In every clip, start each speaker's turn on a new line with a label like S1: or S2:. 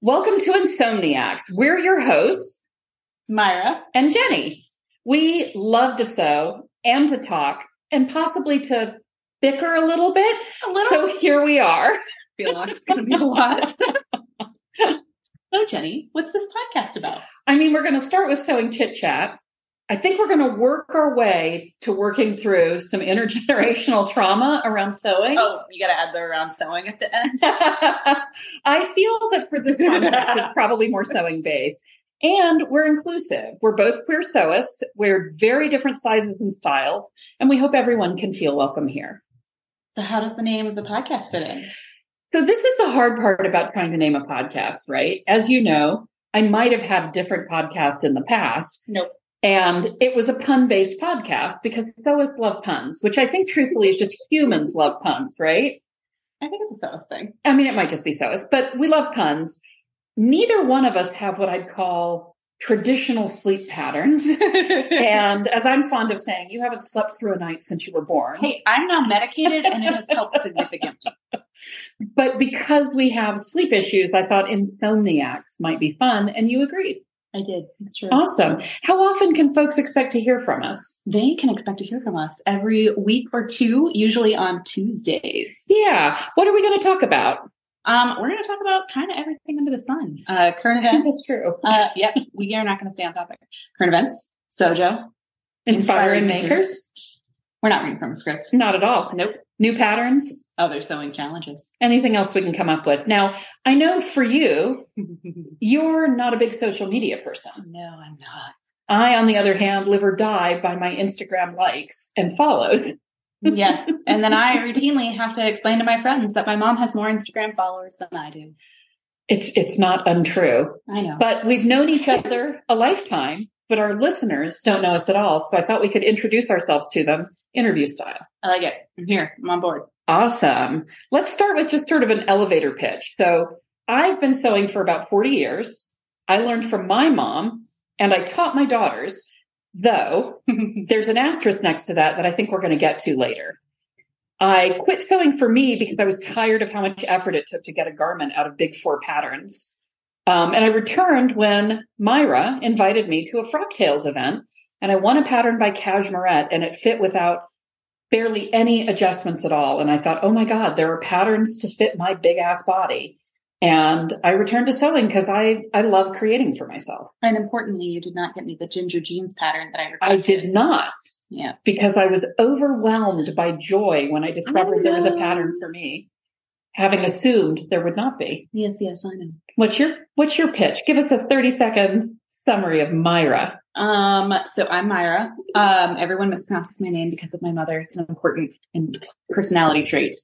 S1: Welcome to Insomniacs. We're your hosts
S2: Myra.
S1: and Jenny. We love to sew and to talk and possibly to bicker a little bit.
S2: A little
S1: So here we are.
S2: I feel like it's going to be a lot. so, Jenny, what's this podcast about?
S1: I mean, we're going to start with sewing chit chat. I think we're going to work our way to working through some intergenerational trauma around sewing.
S2: Oh, you got to add the around sewing at the end.
S1: I feel that for this podcast, it's probably more sewing based. And we're inclusive. We're both queer sewists. We're very different sizes and styles. And we hope everyone can feel welcome here.
S2: So, how does the name of the podcast fit in?
S1: So, this is the hard part about trying to name a podcast, right? As you know, I might have had different podcasts in the past.
S2: Nope.
S1: And it was a pun based podcast because sewists love puns, which I think truthfully is just humans love puns, right?
S2: I think it's a sewist thing.
S1: I mean, it might just be soas, but we love puns. Neither one of us have what I'd call traditional sleep patterns. and as I'm fond of saying, you haven't slept through a night since you were born.
S2: hey, I'm now medicated and it has helped significantly.
S1: But because we have sleep issues, I thought insomniacs might be fun. And you agreed.
S2: I did. It's true.
S1: Awesome. How often can folks expect to hear from us?
S2: They can expect to hear from us every week or two, usually on Tuesdays.
S1: Yeah. What are we going to talk about?
S2: Um, we're going to talk about kind of everything under the sun. Uh, current events.
S1: That's true.
S2: Uh, yep, we are not going to stay on topic. Current events, Sojo.
S1: Inspiring
S2: Inspiring
S1: makers?
S2: We're not reading from a script.
S1: Not at all.
S2: Nope.
S1: New patterns?
S2: Oh, they're sewing challenges.
S1: Anything else we can come up with? Now, I know for you, you're not a big social media person.
S2: no, I'm not.
S1: I, on the other hand, live or die by my Instagram likes and follows.
S2: yeah. And then I routinely have to explain to my friends that my mom has more Instagram followers than I do.
S1: It's it's not untrue.
S2: I know.
S1: But we've known each other a lifetime, but our listeners don't know us at all. So I thought we could introduce ourselves to them interview style.
S2: I like it. I'm here. I'm on board.
S1: Awesome. Let's start with just sort of an elevator pitch. So I've been sewing for about 40 years. I learned from my mom and I taught my daughters, though there's an asterisk next to that that I think we're going to get to later. I quit sewing for me because I was tired of how much effort it took to get a garment out of big four patterns. Um, and I returned when Myra invited me to a Frock Tales event, and I won a pattern by Cashmerette, and it fit without barely any adjustments at all. And I thought, oh my God, there are patterns to fit my big ass body. And I returned to sewing because I, I love creating for myself.
S2: and importantly, you did not get me the ginger jeans pattern that I
S1: I
S2: requested.
S1: did not
S2: Yeah.
S1: because I was overwhelmed by joy when I discovered
S2: Oh,
S1: there was a
S2: no.
S1: pattern for me, having assumed there would not be.
S2: Yes, yes, I know.
S1: What's your what's your pitch? Give us a 30 second summary of Myra.
S2: Um, so I'm Myra. Um, everyone mispronounces my name because of my mother. It's an important in- personality trait.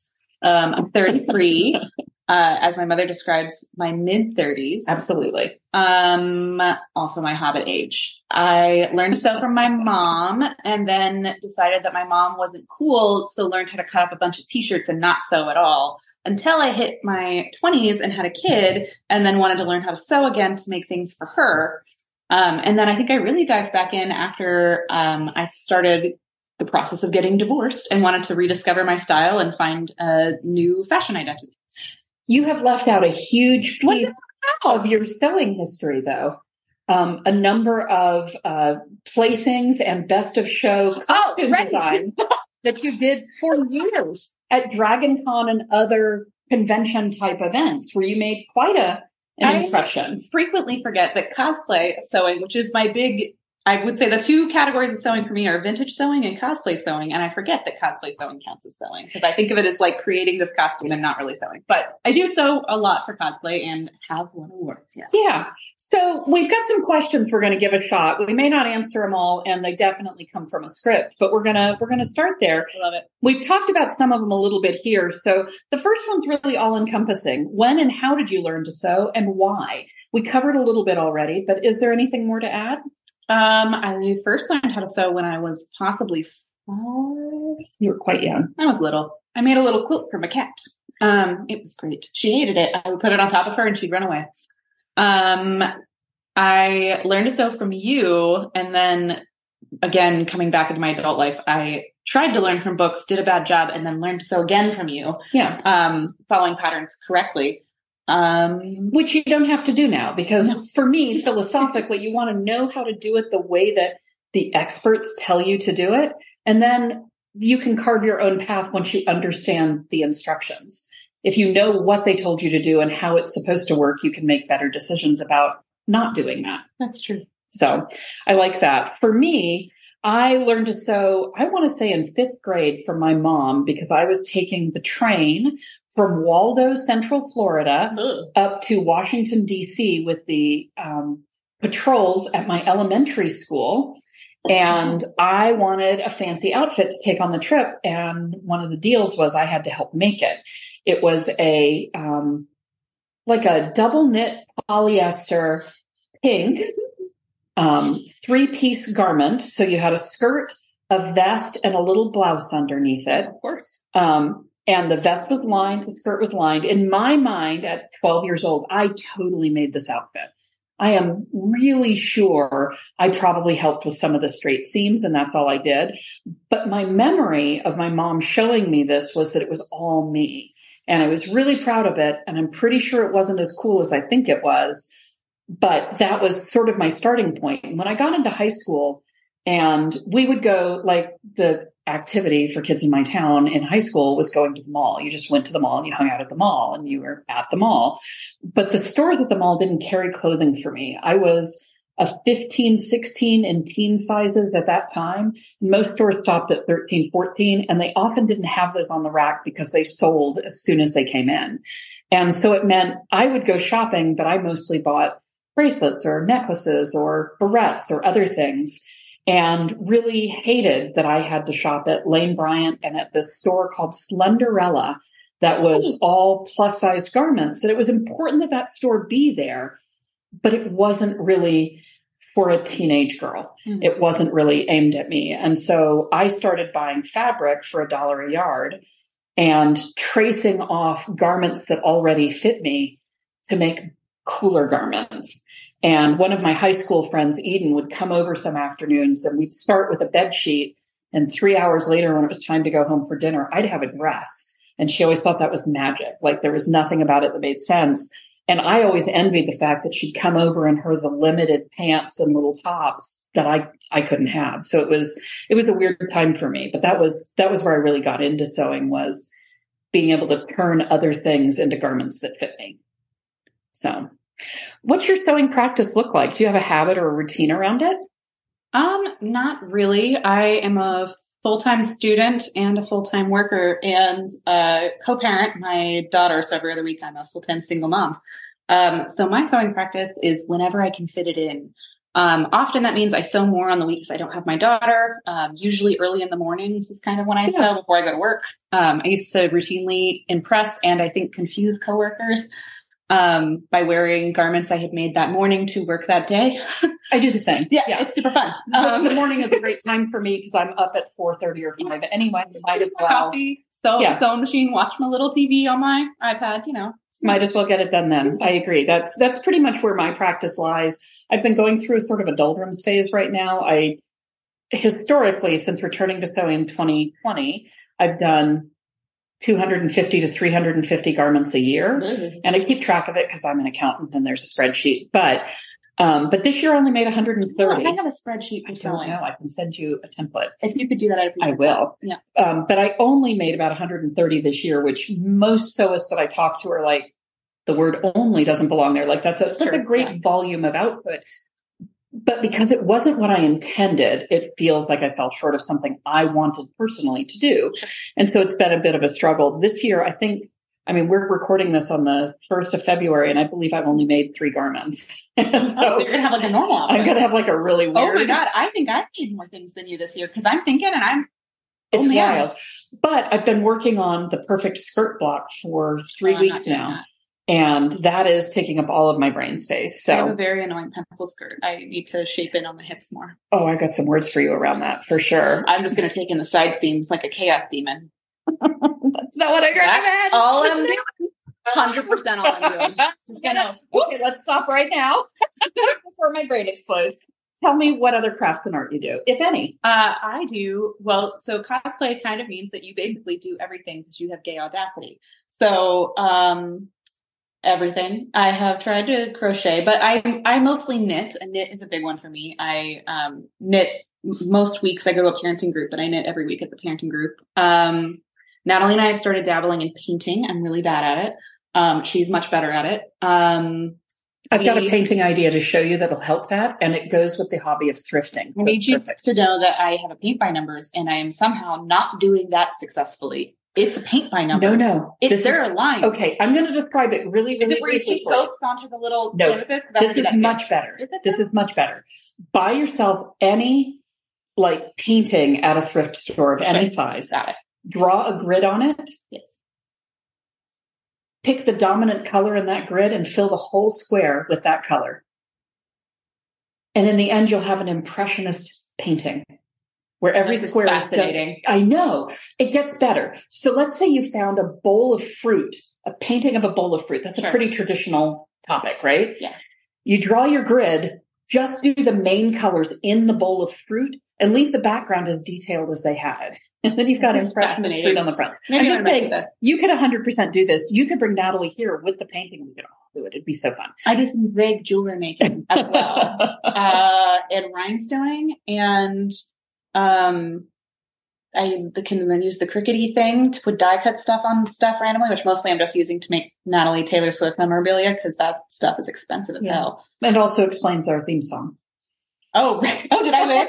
S2: Um, I'm 33. uh, as my mother describes, my mid 30s.
S1: Absolutely.
S2: Um, also my hobbit age. I learned to sew from my mom and then decided that my mom wasn't cool, so learned how to cut up a bunch of t-shirts and not sew at all until I hit my 20s and had a kid and then wanted to learn how to sew again to make things for her. Um, and then I think I really dived back in after um, I started the process of getting divorced and wanted to rediscover my style and find a new fashion identity.
S1: You have left out a huge
S2: What
S1: piece of your sewing history, though. Um, a number of uh, placings and best of show costume
S2: Oh, right.
S1: design that you did for years at Dragon Con and other convention type events where you made quite a, an
S2: I-
S1: impression.
S2: frequently forget that cosplay sewing, which is my big, I would say the two categories of sewing for me are vintage sewing and cosplay sewing. And I forget that cosplay sewing counts as sewing because I think of it as like creating this costume and not really sewing. But I do sew a lot for cosplay and have won awards. Yes.
S1: Yeah. So we've got some questions we're going to give a shot. We may not answer them all, and they definitely come from a script, but we're gonna we're gonna start there.
S2: I love it.
S1: We've talked about some of them a little bit here. So the first one's really all encompassing. When and how did you learn to sew, and why? We covered a little bit already, but is there anything more to add?
S2: Um, I first learned how to sew when I was possibly five.
S1: You were quite young.
S2: I was little. I made a little quilt from a cat. Um, it was great. She hated it. I would put it on top of her and she'd run away. Um, I learned to sew from you. And then again, coming back into my adult life, I tried to learn from books, did a bad job, and then learned to sew again from you,
S1: Yeah.
S2: um, following patterns correctly. Um,
S1: which you don't have to do now because for me philosophically you want to know how to do it the way that the experts tell you to do it and then you can carve your own path once you understand the instructions if you know what they told you to do and how it's supposed to work you can make better decisions about not doing that
S2: that's true.
S1: so i like that for me i learned to sew i want to say in fifth grade from my mom because i was taking the train from waldo central florida up to Washington, D.C. with the um, patrols at my elementary school. And I wanted a fancy outfit to take on the trip. And one of the deals was I had to help make it. It was a, um, like a double knit polyester pink, um, three piece garment. So you had a skirt, a vest, and a little blouse underneath it.
S2: Of course.
S1: Um, and the vest was lined, the skirt was lined. In my mind, at 12 years old, I totally made this outfit. I am really sure I probably helped with some of the straight seams, and that's all I did. But my memory of my mom showing me this was that it was all me. And I was really proud of it. And I'm pretty sure it wasn't as cool as I think it was. But that was sort of my starting point. And when I got into high school, and we would go like the activity for kids in my town in high school was going to the mall. You just went to the mall and you hung out at the mall and you were at the mall. But the stores at the mall didn't carry clothing for me. I was a 15, 16 and teen sizes at that time. Most stores stopped at 13, 14 and they often didn't have those on the rack because they sold as soon as they came in. And so it meant I would go shopping, but I mostly bought bracelets or necklaces or barrettes or other things and really hated that I had to shop at Lane Bryant and at this store called Slenderella that was all plus sized garments. And it was important that that store be there, but it wasn't really for a teenage girl.
S2: Mhm.
S1: It wasn't really aimed at me. And so I started buying fabric for a dollar a yard and tracing off garments that already fit me to make cooler garments. And one of my high school friends, Eden, would come over some afternoons and we'd start with a bed sheet. And three hours later, when it was time to go home for dinner, I'd have a dress. And she always thought that was magic. Like there was nothing about it that made sense. And I always envied the fact that she'd come over in her the limited pants and little tops that I, I couldn't have. So it was it was a weird time for me. But that was that was where I really got into sewing was being able to turn other things into garments that fit me. So What's your sewing practice look like? Do you have a habit or a routine around it?
S2: Um, not really. I am a full-time student and a full-time worker and uh, co-parent my daughter. So every other week, I'm a full-time single mom. Um, so my sewing practice is whenever I can fit it in. Um, often that means I sew more on the weeks I don't have my daughter. Um, usually early in the mornings is kind of when I
S1: Yeah.
S2: sew before I go to work. Um, I used to routinely impress and I think confuse coworkers um, by wearing garments I had made that morning to work that day.
S1: I do the same.
S2: yeah, it's super fun.
S1: Um, the
S2: Um,
S1: morning is a great time for me because I'm up at 4.30 or 5 anyway. Might as well.
S2: coffee, sew,
S1: Yeah.
S2: sewing machine, watch my little TV on my iPad, you know.
S1: Might as well get it done then. I agree. That's that's pretty much where my practice lies. I've been going through sort of a doldrums phase right now. I historically, since returning to sewing in 2020, I've done 250 to 350 garments a year. and I keep track of it because I'm an accountant and there's a spreadsheet. But um, but this year I only made 130.
S2: I have a spreadsheet
S1: Oh, I
S2: for
S1: don't
S2: sewing.
S1: know. I can send you a template.
S2: If you could do that, I'd
S1: I
S2: appreciate
S1: will.
S2: Yeah.
S1: Um, but I only made about 130 this year, which most sewists that I talk to are like, the word only doesn't belong there. Like that's a, such a
S2: Sure,
S1: great
S2: yeah.
S1: volume of output. But because it wasn't what I intended, it feels like I fell short of something I wanted personally to do. And so it's been a bit of a struggle. This year, I think, I mean, we're recording this on the 1st of February, and I believe I've only made three garments. and
S2: Oh,
S1: so
S2: you're gonna have like a normal.
S1: I'm going to have like a really weird.
S2: Oh my god, I think I've made more things than you this year because I'm thinking and I'm
S1: It's
S2: Oh, man.
S1: wild. But I've been working on the perfect skirt block for
S2: three
S1: three weeks now, and that is taking up all of my brain space.
S2: I have a
S1: So,
S2: very annoying pencil skirt. I need to shape in on the hips more.
S1: oh, I got some words for you around that for sure.
S2: I'm just gonna take in the side seams like a chaos demon.
S1: That's not what I
S2: That's all I'm doing. Hundred percent all I'm doing. Just gonna
S1: okay, let's stop right now before my brain explodes. Tell me what other crafts and art you do, if any.
S2: Uh, I do. Well, so cosplay kind of means that you basically do everything because you have gay audacity. So, um, everything. I have tried to crochet, but I I mostly knit. And knit is a big one for me. I um, knit most weeks. I go to a parenting group, and I knit every week at the parenting group. Um, Natalie and I started dabbling in painting. I'm really bad at it. Um, she's much better at it. Um,
S1: I've got
S2: we-
S1: a painting idea to show you that'll help that, and it goes with the hobby of thrifting.
S2: I need
S1: That's
S2: you
S1: perfect.
S2: to know that I have a paint by numbers, and I am somehow not doing that successfully. It's a paint by numbers.
S1: no.
S2: It,
S1: This
S2: there are lines.
S1: Okay, I'm going to describe it really,
S2: Is
S1: really
S2: it where you
S1: briefly
S2: keep
S1: for you.
S2: ghosts onto the little
S1: No.
S2: canvases? 'Cause I
S1: This
S2: already
S1: is
S2: did that.
S1: much better.
S2: Is it
S1: This
S2: better?
S1: is much better. Buy yourself any like painting at a thrift store of any
S2: Okay.
S1: size.
S2: Got it.
S1: Draw a grid on it.
S2: Yes.
S1: Pick the dominant color in that grid and fill the whole square with that color. And in the end, you'll have an impressionist painting where every
S2: This is
S1: square is filled-
S2: fascinating.
S1: I know it gets better. So let's say you found a bowl of fruit, a painting of a bowl of fruit. That's a
S2: Sure.
S1: pretty traditional topic, right?
S2: Yeah.
S1: You draw your grid, just do the main colors in the bowl of fruit and leave the background as detailed as they had it. And then you've got
S2: This is
S1: impressionist
S2: fascinating.
S1: fruit on the front.
S2: Maybe
S1: I'm just
S2: I'm gonna
S1: saying-
S2: make this.
S1: You could 100% do this. You could bring Natalie here with the painting and we could all do it. It'd be so fun.
S2: I do some vague jewelry making as well, uh, and rhinestoning, and um, I th- can then use the crickety thing to put die cut stuff on stuff randomly, which mostly I'm just using to make Natalie Taylor Swift memorabilia because that stuff is expensive as
S1: Yeah.
S2: hell.
S1: and also explains our theme song.
S2: Oh, oh, did I live?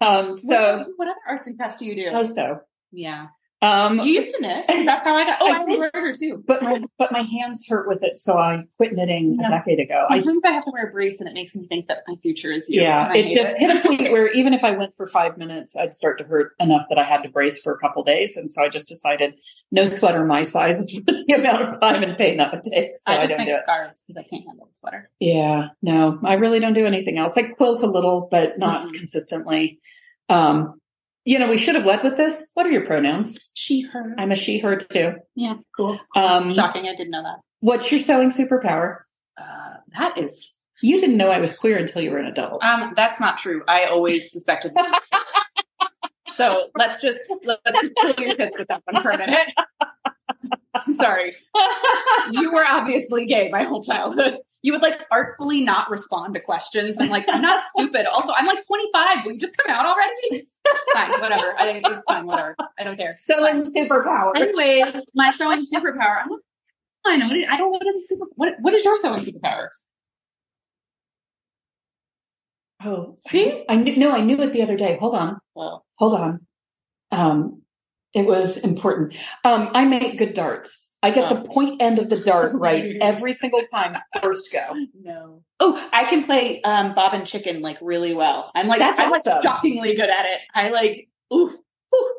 S1: Um, so,
S2: what, what other arts and crafts do you do?
S1: oh, so,
S2: yeah,
S1: um,
S2: you used to knit. That's how I got. Oh,
S1: I
S2: I,
S1: did.
S2: did murder too.
S1: but my but my hands hurt with it, so I quit knitting a
S2: Yeah.
S1: decade ago. I
S2: Sometimes I have to wear briefs, and it makes me think that my future is you.
S1: yeah,
S2: and I
S1: it
S2: hate
S1: just hit a point where even if I went for five minutes, I'd start to hurt enough that I had to brace for a couple days, and so I just decided no sweater my size for the amount of time and pain that would take, so I,
S2: I just
S1: don't
S2: make
S1: do it.
S2: scarves because I can't handle the sweater.
S1: Yeah, no, I really don't do anything else. I quilt a little, but not
S2: Mhm.
S1: consistently. Um, you know, we should have led with this. What are your pronouns?
S2: She, her.
S1: I'm a she, her too.
S2: yeah, cool.
S1: Um,
S2: Shocking, I didn't know that.
S1: what's your sewing superpower?
S2: Uh, that is,
S1: You didn't know I was queer until you were an adult.
S2: um, that's not true. I always suspected. That. so let's just let's just pull your tits with that one for a minute. I'm sorry. You were obviously gay my whole childhood. You would like artfully not respond to questions. I'm like, I'm not stupid. Also, I'm like 25. Will you just come out already? fine, whatever. I didn't. It's fine. Whatever. I don't care. Fine.
S1: Sewing superpower.
S2: Anyway, my sewing superpower. I don't, I know. I don't. What is a super? What What is your sewing superpower?
S1: Oh,
S2: See?
S1: I knew, no, I knew it the other day. Hold on,
S2: Well,
S1: hold on. Um, it was important. Um, I make good darts. I get
S2: Oh.
S1: the point end of the dart right every single time first go.
S2: no. Oh, I can play um, bob and chicken like really well. I'm like
S1: That's
S2: I'm like
S1: awesome.
S2: shockingly good at it. I like oof, oof.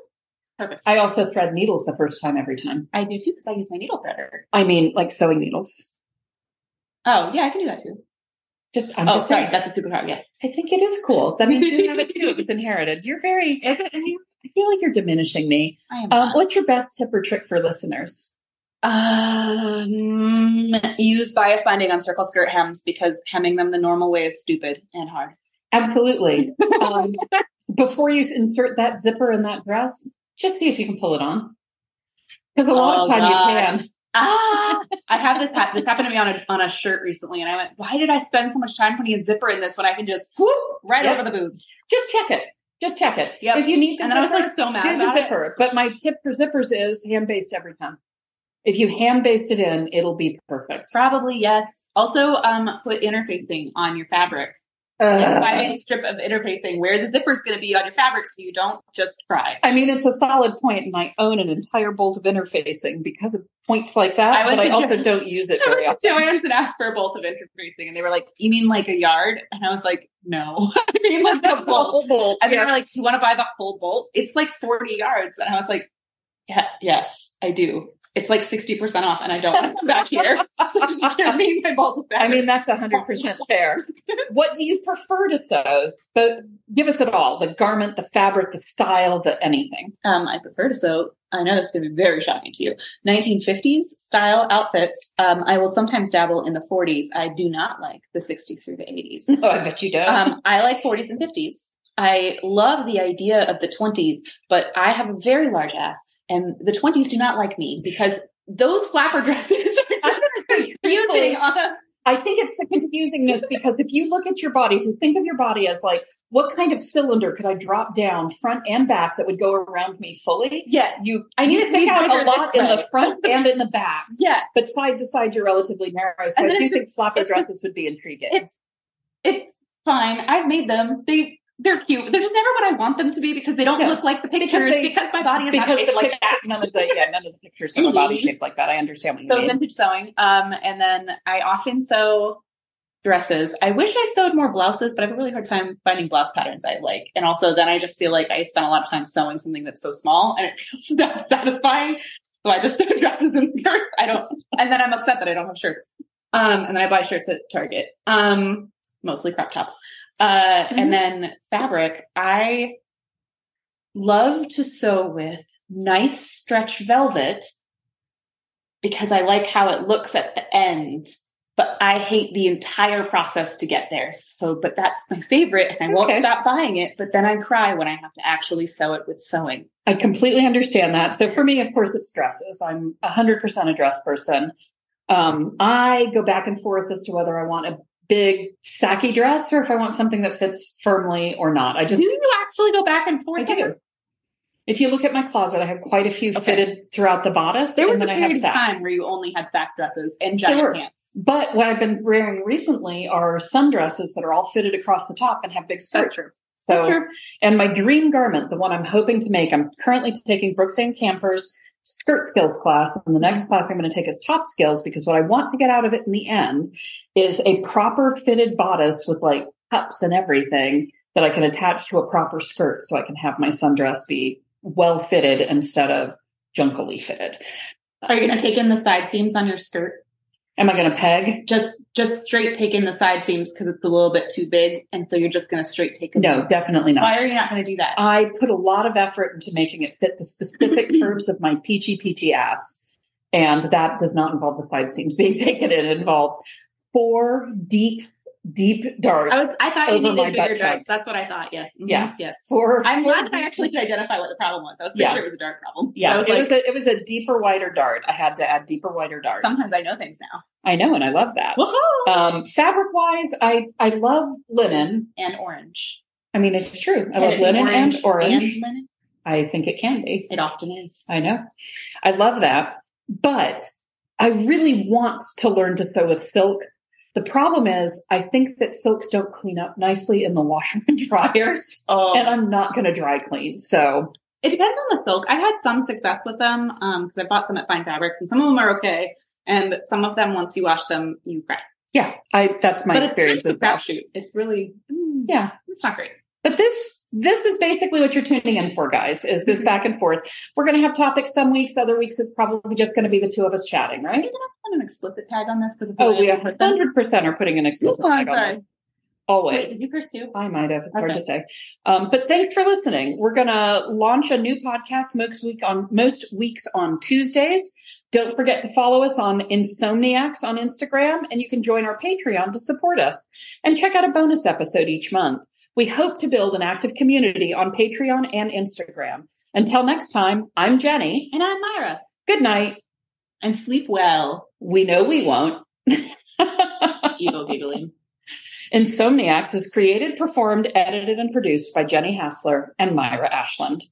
S2: perfect.
S1: I also thread needles the first time every time.
S2: I do too because I use my needle threader.
S1: I mean, like sewing needles.
S2: Oh yeah, I can do that too.
S1: Just, I'm
S2: oh,
S1: just
S2: sorry,
S1: saying.
S2: that's a superpower. Yes.
S1: I think it is cool. That means you have it too. It was inherited. You're very. I feel like you're diminishing me.
S2: I am.
S1: Um, what's your best tip or trick for listeners?
S2: um, use bias binding on circle skirt hems because hemming them the normal way is stupid and hard.
S1: Absolutely. Um, before you insert that zipper in that dress, just see if you can pull it on. Because a lot of
S2: Oh,
S1: time
S2: God.
S1: you can.
S2: ah, I have this. Ha- this happened to me on a on a shirt recently, and I went, "Why did I spend so much time putting a zipper in this when I can just whoop right
S1: Yep.
S2: over the boobs?"
S1: Just check it. Just check it.
S2: Yep.
S1: If you need the
S2: And then I
S1: zipper,
S2: was like so mad
S1: do the
S2: about it.
S1: zipper. But my tip for zippers is hand based every time. If you hand based it in, it'll be perfect.
S2: Probably yes. Also, um, put interfacing on your fabric. Like, Five
S1: Uh,
S2: inch strip of interfacing where the zipper is going to be on your fabric, so you don't just cry.
S1: I mean, it's a solid point, and I own an entire bolt of interfacing because of points like that.
S2: I would
S1: but I
S2: think-
S1: also don't use it very often.
S2: Joanne's had asked for a bolt of interfacing, and they were like, "You mean like a yard?" And I was like, "No, I mean like a bolt."
S1: bolt.
S2: And they
S1: yeah.
S2: were like, "Do you want to buy the whole bolt? It's like 40 yards." And I was like, yeah, "Yes, I do. It's like 60 percent off, and I don't want to come back here. So just give me my bolt of
S1: I mean, that's 100% fair. what do you prefer to sew? But give us it all the garment, the fabric, the style, the anything.
S2: um, I prefer to sew. I know this is going to be very shocking to you. 1950s style outfits. Um, I will sometimes dabble in the 40s. I do not like the 60s through the 80s.
S1: Oh, I bet you don't.
S2: um, I like 40s and 50s. I love the idea of the 20s, but I have a very large ass And the 20s do not like me because those flapper dresses are
S1: I'm
S2: just confusing. on a-
S1: I think it's the confusingness because if you look at your body, if you think of your body as like, what kind of cylinder could I drop down front and back that would go around me fully?
S2: Yes.
S1: You,
S2: I need
S1: you
S2: it to be
S1: pick out
S2: bigger
S1: a lot
S2: this
S1: in
S2: way.
S1: the front and in the back,
S2: Yes.
S1: but side to side, you're relatively narrow. So
S2: And
S1: I
S2: then
S1: do
S2: it's
S1: think flopper
S2: it's-
S1: dresses would be intriguing.
S2: it's it's fine. I've made them. They they're cute. They're just never what I want them to be because they don't
S1: No.
S2: look like the pictures
S1: Because
S2: because,
S1: they-
S2: my body is not shaped like
S1: pic-
S2: that.
S1: none of the yeah, none of the pictures of my body shaped like that. I understand what you
S2: So
S1: mean.
S2: vintage sewing. Um, and then I often sew dresses. I wish I sewed more blouses, but I have a really hard time finding blouse patterns I like. And also then I just feel like I spent a lot of time sewing something that's so small and it feels not satisfying. So I just sew dresses and skirts. I don't and then I'm upset that I don't have shirts. Um and then I buy shirts at Target. Um mostly crop tops. Uh
S1: Mhm.
S2: and then fabric. I love to sew with nice stretch velvet because I like how it looks at the end, but I hate the entire process to get there. So, but that's my favorite and I
S1: Okay.
S2: won't stop buying it, but then I cry when I have to actually sew it with sewing.
S1: I completely understand that. So for me, of course, it's dresses. I'm 100% a dress person. Um, I go back and forth as to whether I want a big sacky dress or if I want something that fits firmly or not. I just,
S2: Do you actually go back and forth?
S1: I do. If you look at my closet, I have quite a few
S2: Okay.
S1: fitted throughout the bodice.
S2: There was a
S1: and then I have
S2: period of
S1: sacks.
S2: time where you only had sack dresses and
S1: There were.
S2: giant pants.
S1: But what I've been wearing recently are sundresses that are all fitted across the top and have big skirts.
S2: true.
S1: So, And my dream garment, the one I'm hoping to make, I'm currently taking Brooksane Campers skirt skills class. And the next class I'm going to take is top skills because what I want to get out of it in the end is a proper fitted bodice with like cups and everything that I can attach to a proper skirt so I can have my sundress be well fitted instead of junkily fitted.
S2: Are you going to take in the side seams on your skirt?
S1: Am I going to peg?
S2: Just just straight take in the side seams because it's a little bit too big, and so you're just going to straight take. them
S1: No,
S2: in.
S1: definitely not.
S2: Why are you not going to do that?
S1: I put a lot of effort into making it fit the specific curves of my peachy peachy ass. And that does not involve the side seams being taken. It involves four deep, deep darts.
S2: I, was, I thought you
S1: Over my
S2: needed bigger
S1: butt
S2: drugs. That's what I thought. Yes. Mhm.
S1: Yeah.
S2: Yes.
S1: Four.
S2: I'm glad that I actually could identify what the problem was. I was pretty
S1: Yeah.
S2: sure it was a dark problem.
S1: Yeah,
S2: I was
S1: it
S2: like,
S1: was a it was a deeper, wider dart. I had to add deeper, wider darts.
S2: sometimes I know things now.
S1: I know, and I love that.
S2: Woohoo!
S1: Um, fabric wise, I I love linen.
S2: and orange.
S1: I mean, it's true. I
S2: Can it
S1: love
S2: be
S1: linen and orange.
S2: And linen?
S1: I think it can be.
S2: It often is.
S1: I know. I love that. But I really want to learn to sew with silk. The problem is, I think that silks don't clean up nicely in the washer and dryer.
S2: Oh,
S1: And I'm not going to dry clean. So,
S2: it depends on the silk. I've had some success with them because I bought some at Fine Fabrics, and some of them are okay. And some of them, once you wash them, you cry.
S1: yeah, I that's my
S2: but
S1: experience
S2: it's
S1: with that.
S2: crapshoot. It's really mm,
S1: Yeah.
S2: It's not great.
S1: But this this is basically what you're tuning in for, guys, is this
S2: Mhm.
S1: back and forth. We're going to have topics some weeks, other weeks it's probably just going to be the two of us chatting,
S2: Are you
S1: right?
S2: gonna put an explicit tag on this? Because
S1: Oh, we 100% are putting an explicit tag on it. Always.
S2: Oh Wait, did you curse too?
S1: I might have. It's hard
S2: Okay.
S1: to say. Um, but thanks for listening. We're gonna launch a new podcast most week on most weeks on Tuesdays. Don't forget to follow us on Insomniacs on Instagram, and you can join our Patreon to support us and check out a bonus episode each month. We hope to build an active community on Patreon and Instagram. Until next time, I'm Jenny.
S2: And I'm Myra.
S1: Good night.
S2: And sleep well.
S1: We know we won't.
S2: Evil giggling.
S1: Insomniacs is created, performed, edited, and produced by Jenny Hassler and Myra Ashland.